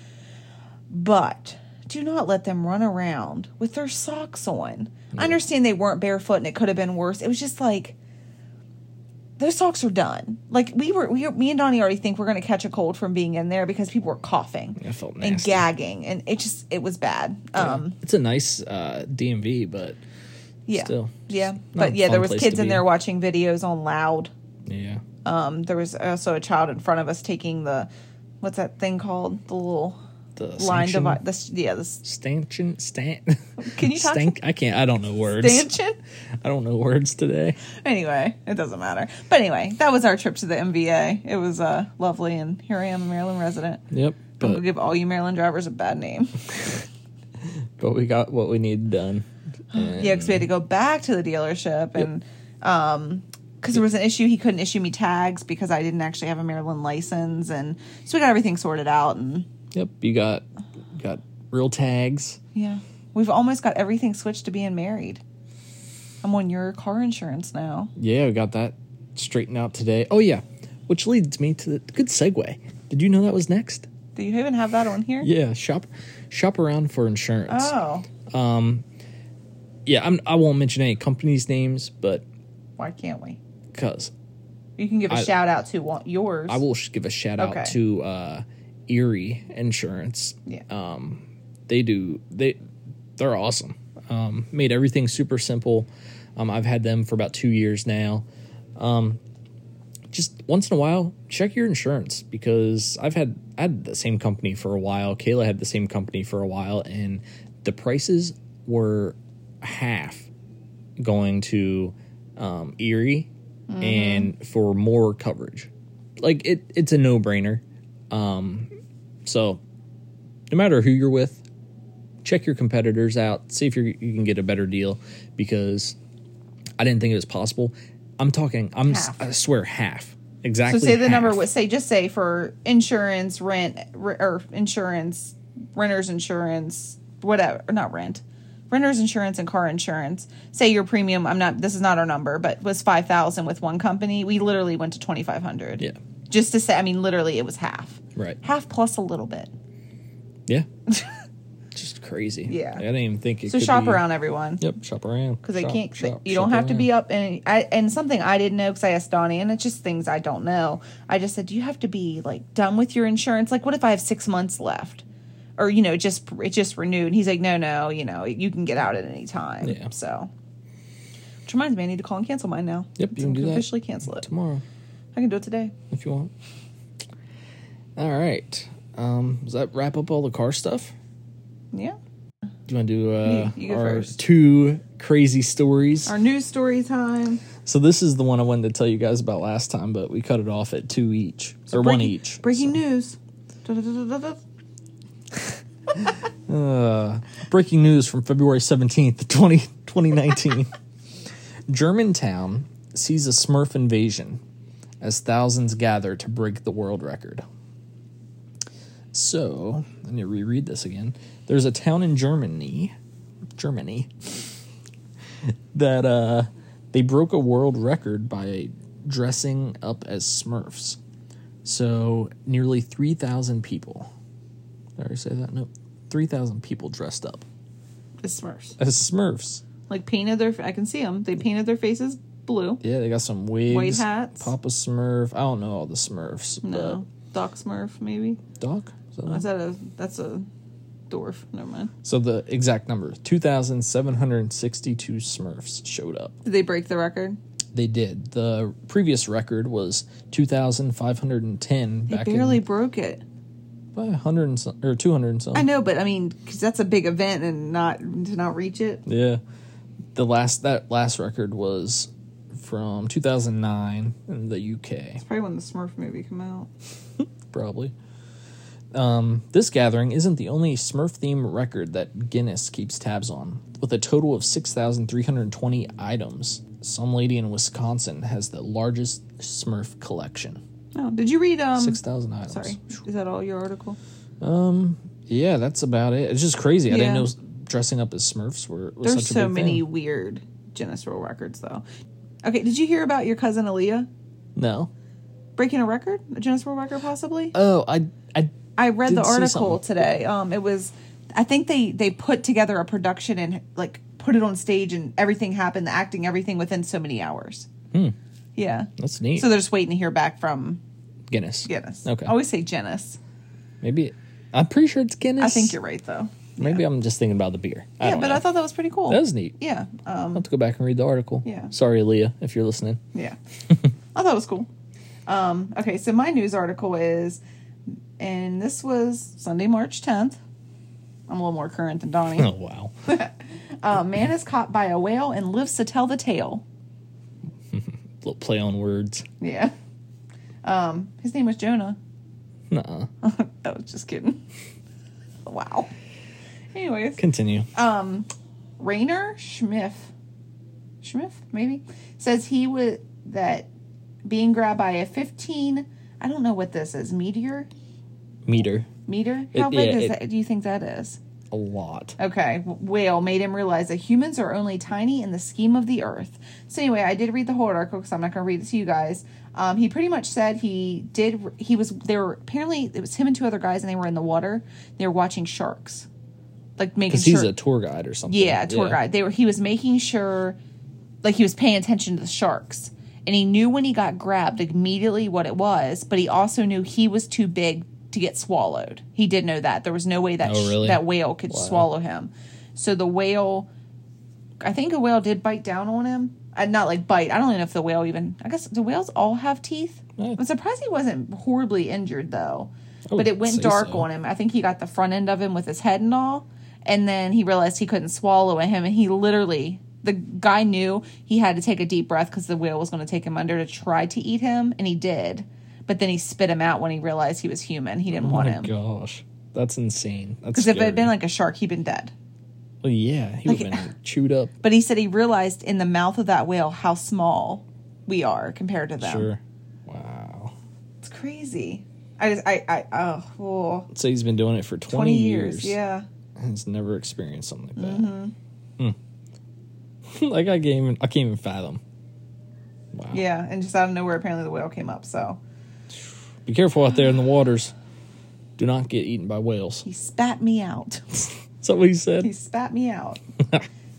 [SPEAKER 2] but do not let them run around with their socks on i understand they weren't barefoot and it could have been worse it was just like those talks are done. Like we were, we were, me and Donnie already think we're going to catch a cold from being in there because people were coughing
[SPEAKER 1] I felt
[SPEAKER 2] and
[SPEAKER 1] nasty.
[SPEAKER 2] gagging, and it just it was bad. Um,
[SPEAKER 1] It's a nice uh, DMV, but
[SPEAKER 2] yeah,
[SPEAKER 1] Still,
[SPEAKER 2] yeah,
[SPEAKER 1] just not
[SPEAKER 2] but
[SPEAKER 1] a
[SPEAKER 2] yeah,
[SPEAKER 1] fun
[SPEAKER 2] there was
[SPEAKER 1] place
[SPEAKER 2] kids
[SPEAKER 1] to
[SPEAKER 2] in
[SPEAKER 1] be.
[SPEAKER 2] there watching videos on loud.
[SPEAKER 1] yeah,
[SPEAKER 2] Um, there was also a child in front of us taking the what's that thing called the little
[SPEAKER 1] the
[SPEAKER 2] line
[SPEAKER 1] sanction-
[SPEAKER 2] divide. This yeah, this
[SPEAKER 1] Stanchion, stan.
[SPEAKER 2] Can you talk-
[SPEAKER 1] Stank? I can't. I don't know words.
[SPEAKER 2] stanchion.
[SPEAKER 1] I don't know words today.
[SPEAKER 2] anyway, it doesn't matter. But anyway, that was our trip to the MVA. It was uh, lovely, and here I am, a Maryland resident.
[SPEAKER 1] Yep.
[SPEAKER 2] I'm gonna
[SPEAKER 1] But
[SPEAKER 2] give all you Maryland drivers a bad name.
[SPEAKER 1] but we got what we needed done. And
[SPEAKER 2] Yeah, because we had to go back to the dealership and um because there was an issue he couldn't issue me tags because I didn't actually have a Maryland license and so we got everything sorted out and
[SPEAKER 1] Yep. You got got real tags.
[SPEAKER 2] yeah. We've almost got everything switched to being married. I'm on your car insurance now.
[SPEAKER 1] Yeah, we got that straightened out today. Oh yeah, which leads me to the good segue. Did you know that was next?
[SPEAKER 2] Do you even have that on here?
[SPEAKER 1] Yeah, shop shop around for insurance.
[SPEAKER 2] Oh.
[SPEAKER 1] Yeah, I'm, I won't mention any companies' names, but
[SPEAKER 2] Why can't we?
[SPEAKER 1] because
[SPEAKER 2] You can give a
[SPEAKER 1] I-
[SPEAKER 2] shout out to one, yours.
[SPEAKER 1] I will sh- give a shout out
[SPEAKER 2] Okay.
[SPEAKER 1] to uh, Erie Insurance.
[SPEAKER 2] Yeah.
[SPEAKER 1] uh, They do they they're awesome. Um, made everything super simple. Um, I've had them for about two years now. Um, just once in a while, check your insurance because I've had I had the same company for a while. Kayla had the same company for a while, and the prices were half going to um, Erie and for more coverage. Like it, it's a no brainer. Um, so, no matter who you're with, check your competitors out. See if you're, you can get a better deal because I didn't think it was possible. I'm talking. I'm. s-
[SPEAKER 2] Half.
[SPEAKER 1] I swear half. Exactly.
[SPEAKER 2] so say the number
[SPEAKER 1] half.
[SPEAKER 2] what say just say for insurance, rent re, or insurance, renter's insurance, whatever, or not rent. Renter's insurance and car insurance. Say your premium, I'm not this is not our number, but was 5000 with one company. We literally went to 2500.
[SPEAKER 1] Yeah.
[SPEAKER 2] Just to say I mean literally it was half.
[SPEAKER 1] Right.
[SPEAKER 2] Half plus a little bit.
[SPEAKER 1] Yeah. Just crazy.
[SPEAKER 2] Yeah.
[SPEAKER 1] Like, I didn't even think it.
[SPEAKER 2] So
[SPEAKER 1] could
[SPEAKER 2] shop
[SPEAKER 1] be-
[SPEAKER 2] around everyone.
[SPEAKER 1] Yep. Shop around.
[SPEAKER 2] because they
[SPEAKER 1] Shop,
[SPEAKER 2] can't. they-
[SPEAKER 1] shop,
[SPEAKER 2] you don't
[SPEAKER 1] shop
[SPEAKER 2] have to
[SPEAKER 1] around.
[SPEAKER 2] be up and I, and something I didn't know because I asked Donnie, and it's just things I don't know. I just said, do you have to be like done with your insurance? Like, what if I have six months left, or you know, just it just renewed? And he's like, no, no, you know, you can get out at any time.
[SPEAKER 1] Yeah.
[SPEAKER 2] So, which reminds me, I need to call and cancel mine now.
[SPEAKER 1] Yep, you
[SPEAKER 2] So
[SPEAKER 1] can
[SPEAKER 2] I
[SPEAKER 1] do that.
[SPEAKER 2] officially cancel it.
[SPEAKER 1] tomorrow.
[SPEAKER 2] I can do it today.
[SPEAKER 1] if you want. All right. Um, does that wrap up all the car stuff?
[SPEAKER 2] Yeah.
[SPEAKER 1] Do you want to do uh,
[SPEAKER 2] You- you go
[SPEAKER 1] our
[SPEAKER 2] first.
[SPEAKER 1] two crazy stories?
[SPEAKER 2] Our news story time.
[SPEAKER 1] so this is the one I wanted to tell you guys about last time, but we cut it off at two each or one
[SPEAKER 2] Breaking-
[SPEAKER 1] each.
[SPEAKER 2] Breaking news. Da-da-da-da-da-da.
[SPEAKER 1] Breaking news from February 17th, 20, 2019. Germantown sees a Smurf invasion as thousands gather to break the world record. So, let me reread this again. There's a town in Germany, Germany, that uh, they broke a world record by dressing up as Smurfs. So, nearly 3,000 people. Did I already say that? Nope. 3,000 people dressed up
[SPEAKER 2] The Smurfs.
[SPEAKER 1] as Smurfs.
[SPEAKER 2] Like painted their. I can see them. They painted their faces blue.
[SPEAKER 1] Yeah, they got some wigs.
[SPEAKER 2] White hats.
[SPEAKER 1] Papa Smurf. I don't know all the Smurfs.
[SPEAKER 2] No, Doc Smurf maybe.
[SPEAKER 1] But Doc? Is that
[SPEAKER 2] Is
[SPEAKER 1] one?
[SPEAKER 2] that a that's a dwarf? Never mind.
[SPEAKER 1] So the exact number 2,762 Smurfs showed up.
[SPEAKER 2] Did they break the record?
[SPEAKER 1] They did. The previous record was 2,510
[SPEAKER 2] They
[SPEAKER 1] back
[SPEAKER 2] barely
[SPEAKER 1] in
[SPEAKER 2] broke it.
[SPEAKER 1] by 100 and some, or 200 and
[SPEAKER 2] I
[SPEAKER 1] something.
[SPEAKER 2] know, but I mean, because that's a big event and not to not reach it.
[SPEAKER 1] Yeah. The last that last record was from 2009 in the UK.
[SPEAKER 2] It's probably when the Smurf movie came out.
[SPEAKER 1] probably. Um, this gathering isn't the only Smurf themed record that Guinness keeps tabs on. With a total of 6,320 items, some lady in Wisconsin has the largest Smurf collection.
[SPEAKER 2] Oh, did you read? Um,
[SPEAKER 1] 6,000 items.
[SPEAKER 2] sorry, is that all your article?
[SPEAKER 1] Yeah, that's about it. It's just crazy. I didn't
[SPEAKER 2] Yeah.
[SPEAKER 1] know s- dressing up as Smurfs were was
[SPEAKER 2] There's
[SPEAKER 1] such a
[SPEAKER 2] so
[SPEAKER 1] big
[SPEAKER 2] many
[SPEAKER 1] thing.
[SPEAKER 2] weird Guinness World Records though. Okay, did you hear about your cousin Aaliyah
[SPEAKER 1] No.
[SPEAKER 2] breaking a record, a Guinness World Record possibly?
[SPEAKER 1] Oh, I I
[SPEAKER 2] I read
[SPEAKER 1] Did
[SPEAKER 2] the
[SPEAKER 1] see
[SPEAKER 2] article
[SPEAKER 1] something.
[SPEAKER 2] today. Um, it was, I think they they put together a production and like put it on stage, and everything happened, the acting, everything within so many hours. Yeah.
[SPEAKER 1] Hmm. That's neat.
[SPEAKER 2] So they're just waiting to hear back from
[SPEAKER 1] Guinness.
[SPEAKER 2] Guinness.
[SPEAKER 1] Okay.
[SPEAKER 2] I always say Guinness.
[SPEAKER 1] Maybe it, I'm pretty sure it's Guinness.
[SPEAKER 2] I think you're right though.
[SPEAKER 1] Maybe I'm just thinking about the beer. I
[SPEAKER 2] Yeah,
[SPEAKER 1] don't
[SPEAKER 2] but
[SPEAKER 1] know.
[SPEAKER 2] I thought that was pretty cool.
[SPEAKER 1] that was neat.
[SPEAKER 2] yeah. Um,
[SPEAKER 1] I'll have to go back and read the article.
[SPEAKER 2] Yeah.
[SPEAKER 1] Sorry, Leah, if you're listening.
[SPEAKER 2] Yeah. I thought it was cool. Um, okay, so my news article is, and this was Sunday, March 10th. I'm a little more current than Donnie.
[SPEAKER 1] Oh wow.
[SPEAKER 2] Uh, man is caught by a whale and lives to tell the tale.
[SPEAKER 1] Little play on words.
[SPEAKER 2] Yeah. Um, his name was Jonah.
[SPEAKER 1] Nuh-uh.
[SPEAKER 2] I was just kidding. wow. Anyways, um,
[SPEAKER 1] Continue.
[SPEAKER 2] Rainer Schmiff, Schmiff maybe says he would that being grabbed by a 15. I don't know what this is. Meteor
[SPEAKER 1] Meter.
[SPEAKER 2] meter. How
[SPEAKER 1] It-
[SPEAKER 2] big
[SPEAKER 1] yeah,
[SPEAKER 2] is
[SPEAKER 1] it-
[SPEAKER 2] that? Do you think that is?
[SPEAKER 1] A lot.
[SPEAKER 2] Okay, w- whale made him realize that humans are only tiny in the scheme of the earth. So anyway, I did read the whole article because I'm not going to read it to you guys. Um, he pretty much said he did. He was they were apparently it was him and two other guys, and they were in the water. They were watching sharks, like making
[SPEAKER 1] Because he's
[SPEAKER 2] sure.
[SPEAKER 1] a tour guide or something.
[SPEAKER 2] yeah, tour guide. They were. He was making sure, like he was paying attention to the sharks, and he knew when he got grabbed immediately what it was. But he also knew he was too big to get swallowed. He did know that there was no way that
[SPEAKER 1] Oh,
[SPEAKER 2] sh-
[SPEAKER 1] really?
[SPEAKER 2] that whale could swallow him. So the whale, I think a whale did bite down on him. Uh, not like bite. I don't even know if the whale even. I guess the whales all have teeth.
[SPEAKER 1] Yeah.
[SPEAKER 2] I'm surprised he wasn't horribly injured though.
[SPEAKER 1] I
[SPEAKER 2] But it
[SPEAKER 1] would
[SPEAKER 2] went
[SPEAKER 1] say
[SPEAKER 2] dark
[SPEAKER 1] so.
[SPEAKER 2] on him. I think he got the front end of him with his head and all, and then he realized he couldn't swallow him, and he literally. The guy knew he had to take a deep breath because the whale was going to take him under to try to eat him, and he did. But then he spit him out when he realized he was human. He didn't
[SPEAKER 1] Oh
[SPEAKER 2] want
[SPEAKER 1] my
[SPEAKER 2] him.
[SPEAKER 1] gosh. That's insane. That's
[SPEAKER 2] Because if it
[SPEAKER 1] scary.
[SPEAKER 2] had been like a shark, he'd been dead.
[SPEAKER 1] Well, yeah, he would have
[SPEAKER 2] like-
[SPEAKER 1] been chewed up.
[SPEAKER 2] But he said he realized in the mouth of that whale how small we are compared to them.
[SPEAKER 1] Sure. Wow.
[SPEAKER 2] It's crazy. I just, I, I, oh, oh
[SPEAKER 1] So he's been doing it for 20,
[SPEAKER 2] 20 years. Yeah.
[SPEAKER 1] And he's never experienced something like that.
[SPEAKER 2] Mm-hmm.
[SPEAKER 1] Hmm. like I can't even I can't even fathom. Wow.
[SPEAKER 2] Yeah. And just out of nowhere, apparently the whale came up. So
[SPEAKER 1] Be careful out there in the waters. Do not get eaten by whales.
[SPEAKER 2] he spat me out.
[SPEAKER 1] Is that what he said?
[SPEAKER 2] he spat me out.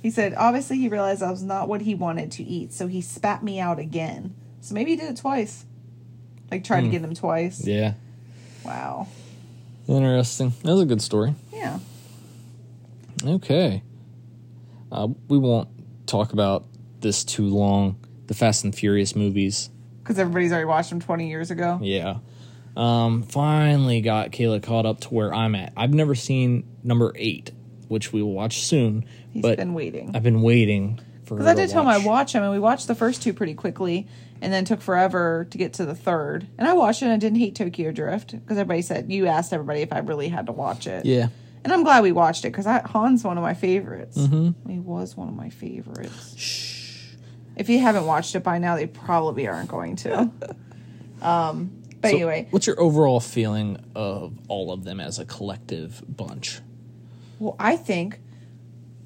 [SPEAKER 2] he said, obviously, he realized I was not what he wanted to eat. So he spat me out again. So maybe he did it twice. Like tried to get him twice.
[SPEAKER 1] Hmm. yeah.
[SPEAKER 2] Wow.
[SPEAKER 1] Interesting. That was a good story.
[SPEAKER 2] Yeah.
[SPEAKER 1] Okay. Uh, we won't talk about this too long. The Fast and Furious movies.
[SPEAKER 2] Because everybody's already watched him 20 years ago.
[SPEAKER 1] Yeah. Um, finally got Kayla caught up to where I'm at. I've never seen number eight, which we will watch soon.
[SPEAKER 2] He's
[SPEAKER 1] but
[SPEAKER 2] been waiting.
[SPEAKER 1] I've been waiting for
[SPEAKER 2] Because I did tell him I watch them, and we watched the first two pretty quickly, and then took forever to get to the third. And I watched it, and I didn't hate Tokyo Drift because everybody said you asked everybody if I really had to watch it.
[SPEAKER 1] Yeah.
[SPEAKER 2] And I'm glad we watched it because Han's one of my favorites.
[SPEAKER 1] Mm-hmm.
[SPEAKER 2] He was one of my favorites. Shh. If you haven't watched it by now, they probably aren't going to. um, but
[SPEAKER 1] So
[SPEAKER 2] anyway,
[SPEAKER 1] What's your overall feeling of all of them as a collective bunch?
[SPEAKER 2] Well, I think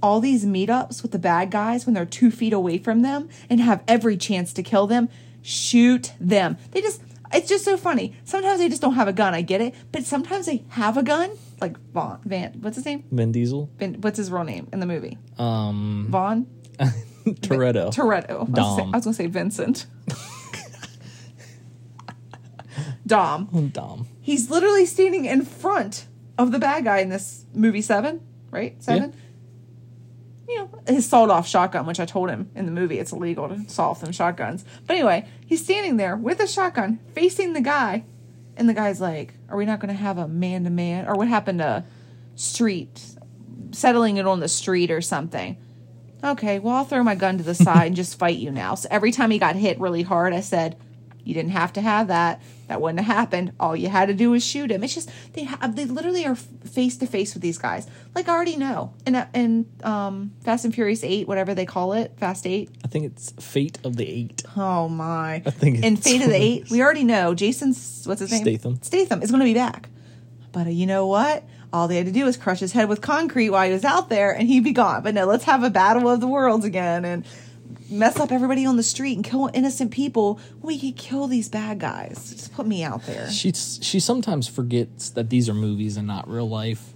[SPEAKER 2] all these meetups with the bad guys when they're two feet away from them and have every chance to kill them, shoot them. They just, it's just so funny. Sometimes they just don't have a gun. I get it. But sometimes they have a gun. Like Vaughn, Van, what's his name?
[SPEAKER 1] Vin Diesel?
[SPEAKER 2] Van, what's his real name in the movie?
[SPEAKER 1] Um
[SPEAKER 2] Vaughn?
[SPEAKER 1] Toretto.
[SPEAKER 2] Toretto. I was gonna say-
[SPEAKER 1] Oh, Dom.
[SPEAKER 2] I was going to say Vincent. Dom.
[SPEAKER 1] Dumb.
[SPEAKER 2] He's literally standing in front of the bad guy in this movie seven, right? Seven. You know, his sawed off shotgun, which I told him in the movie it's illegal to saw off them shotguns. But anyway, he's standing there with a shotgun facing the guy, and the guy's like, Are we not going to have a man to man? Or what happened to street? Settling it on the street or something. Okay, well, I'll throw my gun to the side and just fight you now. So every time he got hit really hard, I said, You didn't have to have that. That wouldn't have happened. All you had to do was shoot him. It's just, they have, they literally are face to face with these guys. Like, I already know. And, and, um, Fast and Furious 8, whatever they call it, Fast 8.
[SPEAKER 1] I think it's Fate of the Eight.
[SPEAKER 2] Oh, my. I
[SPEAKER 1] think
[SPEAKER 2] In
[SPEAKER 1] it's
[SPEAKER 2] Fate of the Eight, we already know Jason, S- what's his name?
[SPEAKER 1] Statham.
[SPEAKER 2] Statham is going to be back. But uh, you know what? All they had to do was crush his head with concrete while he was out there and he'd be gone. But no, let's have a battle of the worlds again and mess up everybody on the street and kill innocent people. We could kill these bad guys. Just put me out there.
[SPEAKER 1] She she sometimes forgets that these are movies and not real life.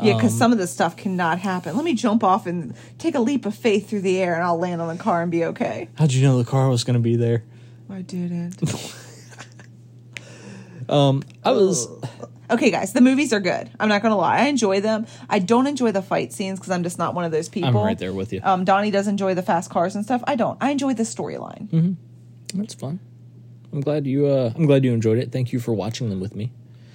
[SPEAKER 2] Yeah, because
[SPEAKER 1] Um,
[SPEAKER 2] some of this stuff cannot happen. Let me jump off and take a leap of faith through the air and I'll land on the car and be okay.
[SPEAKER 1] How'd you know the car was going to be there?
[SPEAKER 2] I didn't.
[SPEAKER 1] Um, I was
[SPEAKER 2] okay, guys, the movies are good. I'm not gonna lie, I enjoy them. I don't enjoy the fight scenes because I'm just not one of those people.
[SPEAKER 1] I'm right there with you.
[SPEAKER 2] Um, Donnie does enjoy the fast cars and stuff. I don't. I enjoy the storyline.
[SPEAKER 1] Mm-hmm. That's fun. I'm glad you. Uh, I'm glad you enjoyed it. Thank you for watching them with me.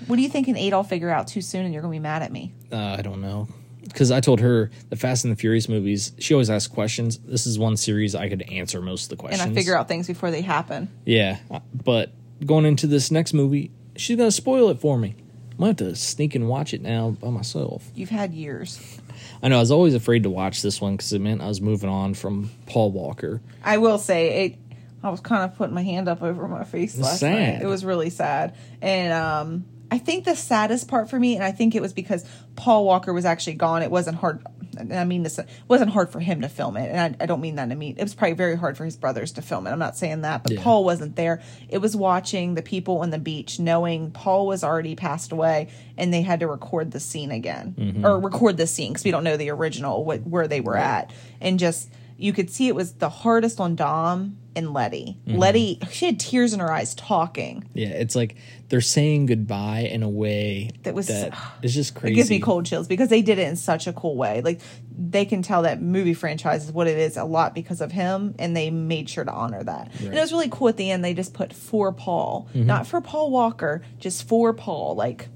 [SPEAKER 2] What do you think an eight I'll figure out too soon and you're gonna be mad at me?
[SPEAKER 1] Uh, I don't know because I told her the Fast and the Furious movies. She always asks questions. This is one series I could answer most of the
[SPEAKER 2] And
[SPEAKER 1] questions.
[SPEAKER 2] I figure out things before they happen.
[SPEAKER 1] Yeah, uh, but going into this next movie, she's gonna spoil it for me. I'm gonna have to sneak and watch it now by myself.
[SPEAKER 2] You've had years.
[SPEAKER 1] I know I was always afraid to watch this one because it meant I was moving on from Paul Walker.
[SPEAKER 2] I will say it. I was kind of putting my hand up over my face last
[SPEAKER 1] sad.
[SPEAKER 2] night. It was really sad, and um, I think the saddest part for me, and I think it was because Paul Walker was actually gone. It wasn't hard. And I mean this it wasn't hard for him to film it, and I, I don't mean that to mean it was probably very hard for his brothers to film it. I'm not saying that, but
[SPEAKER 1] Yeah.
[SPEAKER 2] Paul wasn't there. It was watching the people on the beach, knowing Paul was already passed away, and they had to record the scene again or record the scene because we don't know the original what where they were at, and just you could see it was the hardest on Dom and Letty. Letty, she had tears in her eyes talking.
[SPEAKER 1] Yeah, it's like they're saying goodbye in a way
[SPEAKER 2] That was-
[SPEAKER 1] is just crazy.
[SPEAKER 2] It gives me cold chills because they did it in such a cool way. Like they can tell that movie franchise is what it is a lot because of him, and they made sure to honor that. And it was really cool at the end. They just put for Paul,
[SPEAKER 1] Mm-hmm.
[SPEAKER 2] not for Paul Walker, just for Paul. Like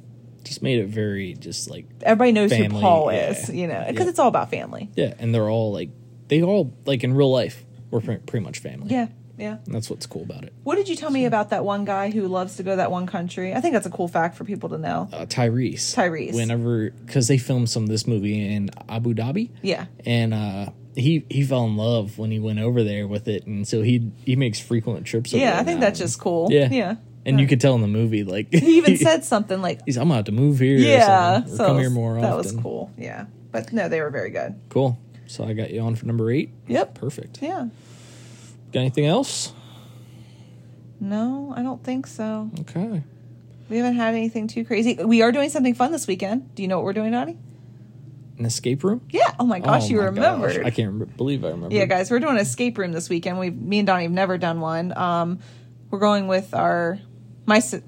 [SPEAKER 1] Just made it very just like
[SPEAKER 2] everybody knows who
[SPEAKER 1] Family,
[SPEAKER 2] Paul
[SPEAKER 1] yeah.
[SPEAKER 2] is, you know, because
[SPEAKER 1] Yeah.
[SPEAKER 2] it's all about family.
[SPEAKER 1] yeah, and they're all like they all like in real life we're pre- pretty much family.
[SPEAKER 2] Yeah, yeah.
[SPEAKER 1] And that's what's cool about it.
[SPEAKER 2] What did you tell me about that one guy who loves to go to that one country? I think that's a cool fact for people to know.
[SPEAKER 1] Uh, Tyrese.
[SPEAKER 2] Tyrese.
[SPEAKER 1] Whenever because they filmed some of this movie in Abu Dhabi.
[SPEAKER 2] Yeah.
[SPEAKER 1] and uh he he fell in love when he went over there with it and so he he makes frequent trips over
[SPEAKER 2] Yeah,
[SPEAKER 1] there
[SPEAKER 2] I think
[SPEAKER 1] now.
[SPEAKER 2] that's just cool.
[SPEAKER 1] yeah
[SPEAKER 2] yeah.
[SPEAKER 1] and you could tell in the movie like
[SPEAKER 2] He even said something like,
[SPEAKER 1] he's i'm gonna have to move here
[SPEAKER 2] "Yeah,
[SPEAKER 1] or, something, or
[SPEAKER 2] so
[SPEAKER 1] come
[SPEAKER 2] that
[SPEAKER 1] here
[SPEAKER 2] was-
[SPEAKER 1] more
[SPEAKER 2] that
[SPEAKER 1] often
[SPEAKER 2] was cool." Yeah, but no, they were very good.
[SPEAKER 1] cool so i got you on for number eight
[SPEAKER 2] Yep.
[SPEAKER 1] perfect
[SPEAKER 2] Yeah.
[SPEAKER 1] got anything else
[SPEAKER 2] No, I don't think so.
[SPEAKER 1] okay
[SPEAKER 2] We haven't had anything too crazy. We are doing something fun this weekend. Do you know what we're doing, Donnie?
[SPEAKER 1] an escape room
[SPEAKER 2] Yeah. Oh my gosh,
[SPEAKER 1] Oh
[SPEAKER 2] you
[SPEAKER 1] my
[SPEAKER 2] remembered.
[SPEAKER 1] gosh, i can't rem- believe i remember
[SPEAKER 2] Yeah, guys, we're doing an escape room this weekend. We, me and Donnie, have never done one. Um, we're going with our my si-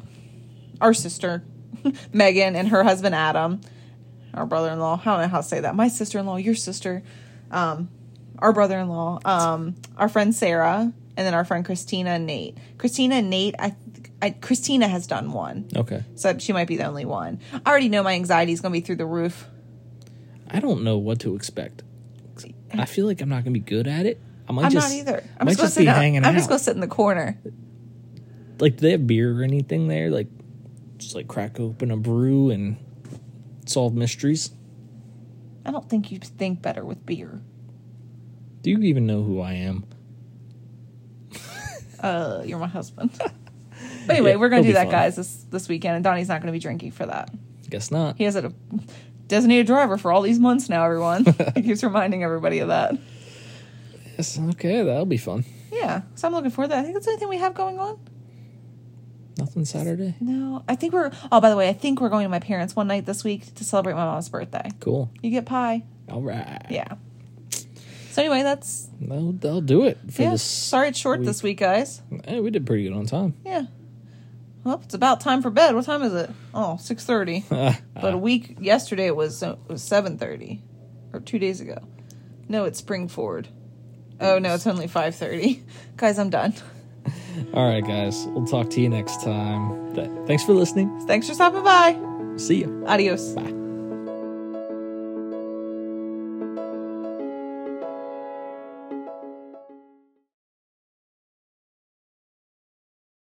[SPEAKER 2] our sister Megan and her husband Adam, our brother-in-law. I don't know how to say that. My sister-in-law, your sister, um, our brother-in-law, um, our friend Sarah, and then our friend Christina and Nate. Christina and Nate, I, I Christina has done one,
[SPEAKER 1] okay
[SPEAKER 2] so she might be the only one. I already know my anxiety is going to be through the roof.
[SPEAKER 1] i don't know what to expect i feel like i'm not gonna be good at it i might
[SPEAKER 2] I'm
[SPEAKER 1] just
[SPEAKER 2] not either. I'm
[SPEAKER 1] might
[SPEAKER 2] just, going
[SPEAKER 1] just
[SPEAKER 2] to sit
[SPEAKER 1] be
[SPEAKER 2] down.
[SPEAKER 1] hanging
[SPEAKER 2] I'm
[SPEAKER 1] out
[SPEAKER 2] just going to sit in the corner.
[SPEAKER 1] like do they have beer or anything there like just like crack open a brew and solve mysteries
[SPEAKER 2] I don't think you think better with beer.
[SPEAKER 1] do you even know who i am
[SPEAKER 2] Uh, you're my husband. but anyway,
[SPEAKER 1] Yeah,
[SPEAKER 2] we're gonna
[SPEAKER 1] it'll
[SPEAKER 2] do
[SPEAKER 1] be
[SPEAKER 2] that,
[SPEAKER 1] fun.
[SPEAKER 2] guys, this this weekend, and Donnie's not gonna be drinking for that.
[SPEAKER 1] guess not
[SPEAKER 2] He has a designated driver for all these months now. Everyone, he keeps reminding everybody of that.
[SPEAKER 1] yes okay that'll be fun
[SPEAKER 2] Yeah, so I'm looking forward to that. I think that's the only thing we have going on.
[SPEAKER 1] nothing saturday
[SPEAKER 2] No, I think we're. Oh, by the way, I think we're going to my parents one night this week to celebrate my mom's birthday.
[SPEAKER 1] cool
[SPEAKER 2] You get pie.
[SPEAKER 1] all right
[SPEAKER 2] Yeah. So anyway, that's
[SPEAKER 1] that'll, that'll do it for
[SPEAKER 2] yeah.
[SPEAKER 1] this
[SPEAKER 2] Sorry it's short this week, guys.
[SPEAKER 1] Hey, Eh, we did pretty good on time
[SPEAKER 2] Yeah. Well, it's about time for bed. What time is it? Oh, 6.30. but a week yesterday it was it was 7.30 or two days ago. No, it's spring forward. Oh, no, it's only 5.30. Guys, I'm done.
[SPEAKER 1] all right guys we'll talk to you next time Th- thanks for listening
[SPEAKER 2] Thanks for stopping by.
[SPEAKER 1] see ya
[SPEAKER 2] Adios.
[SPEAKER 1] bye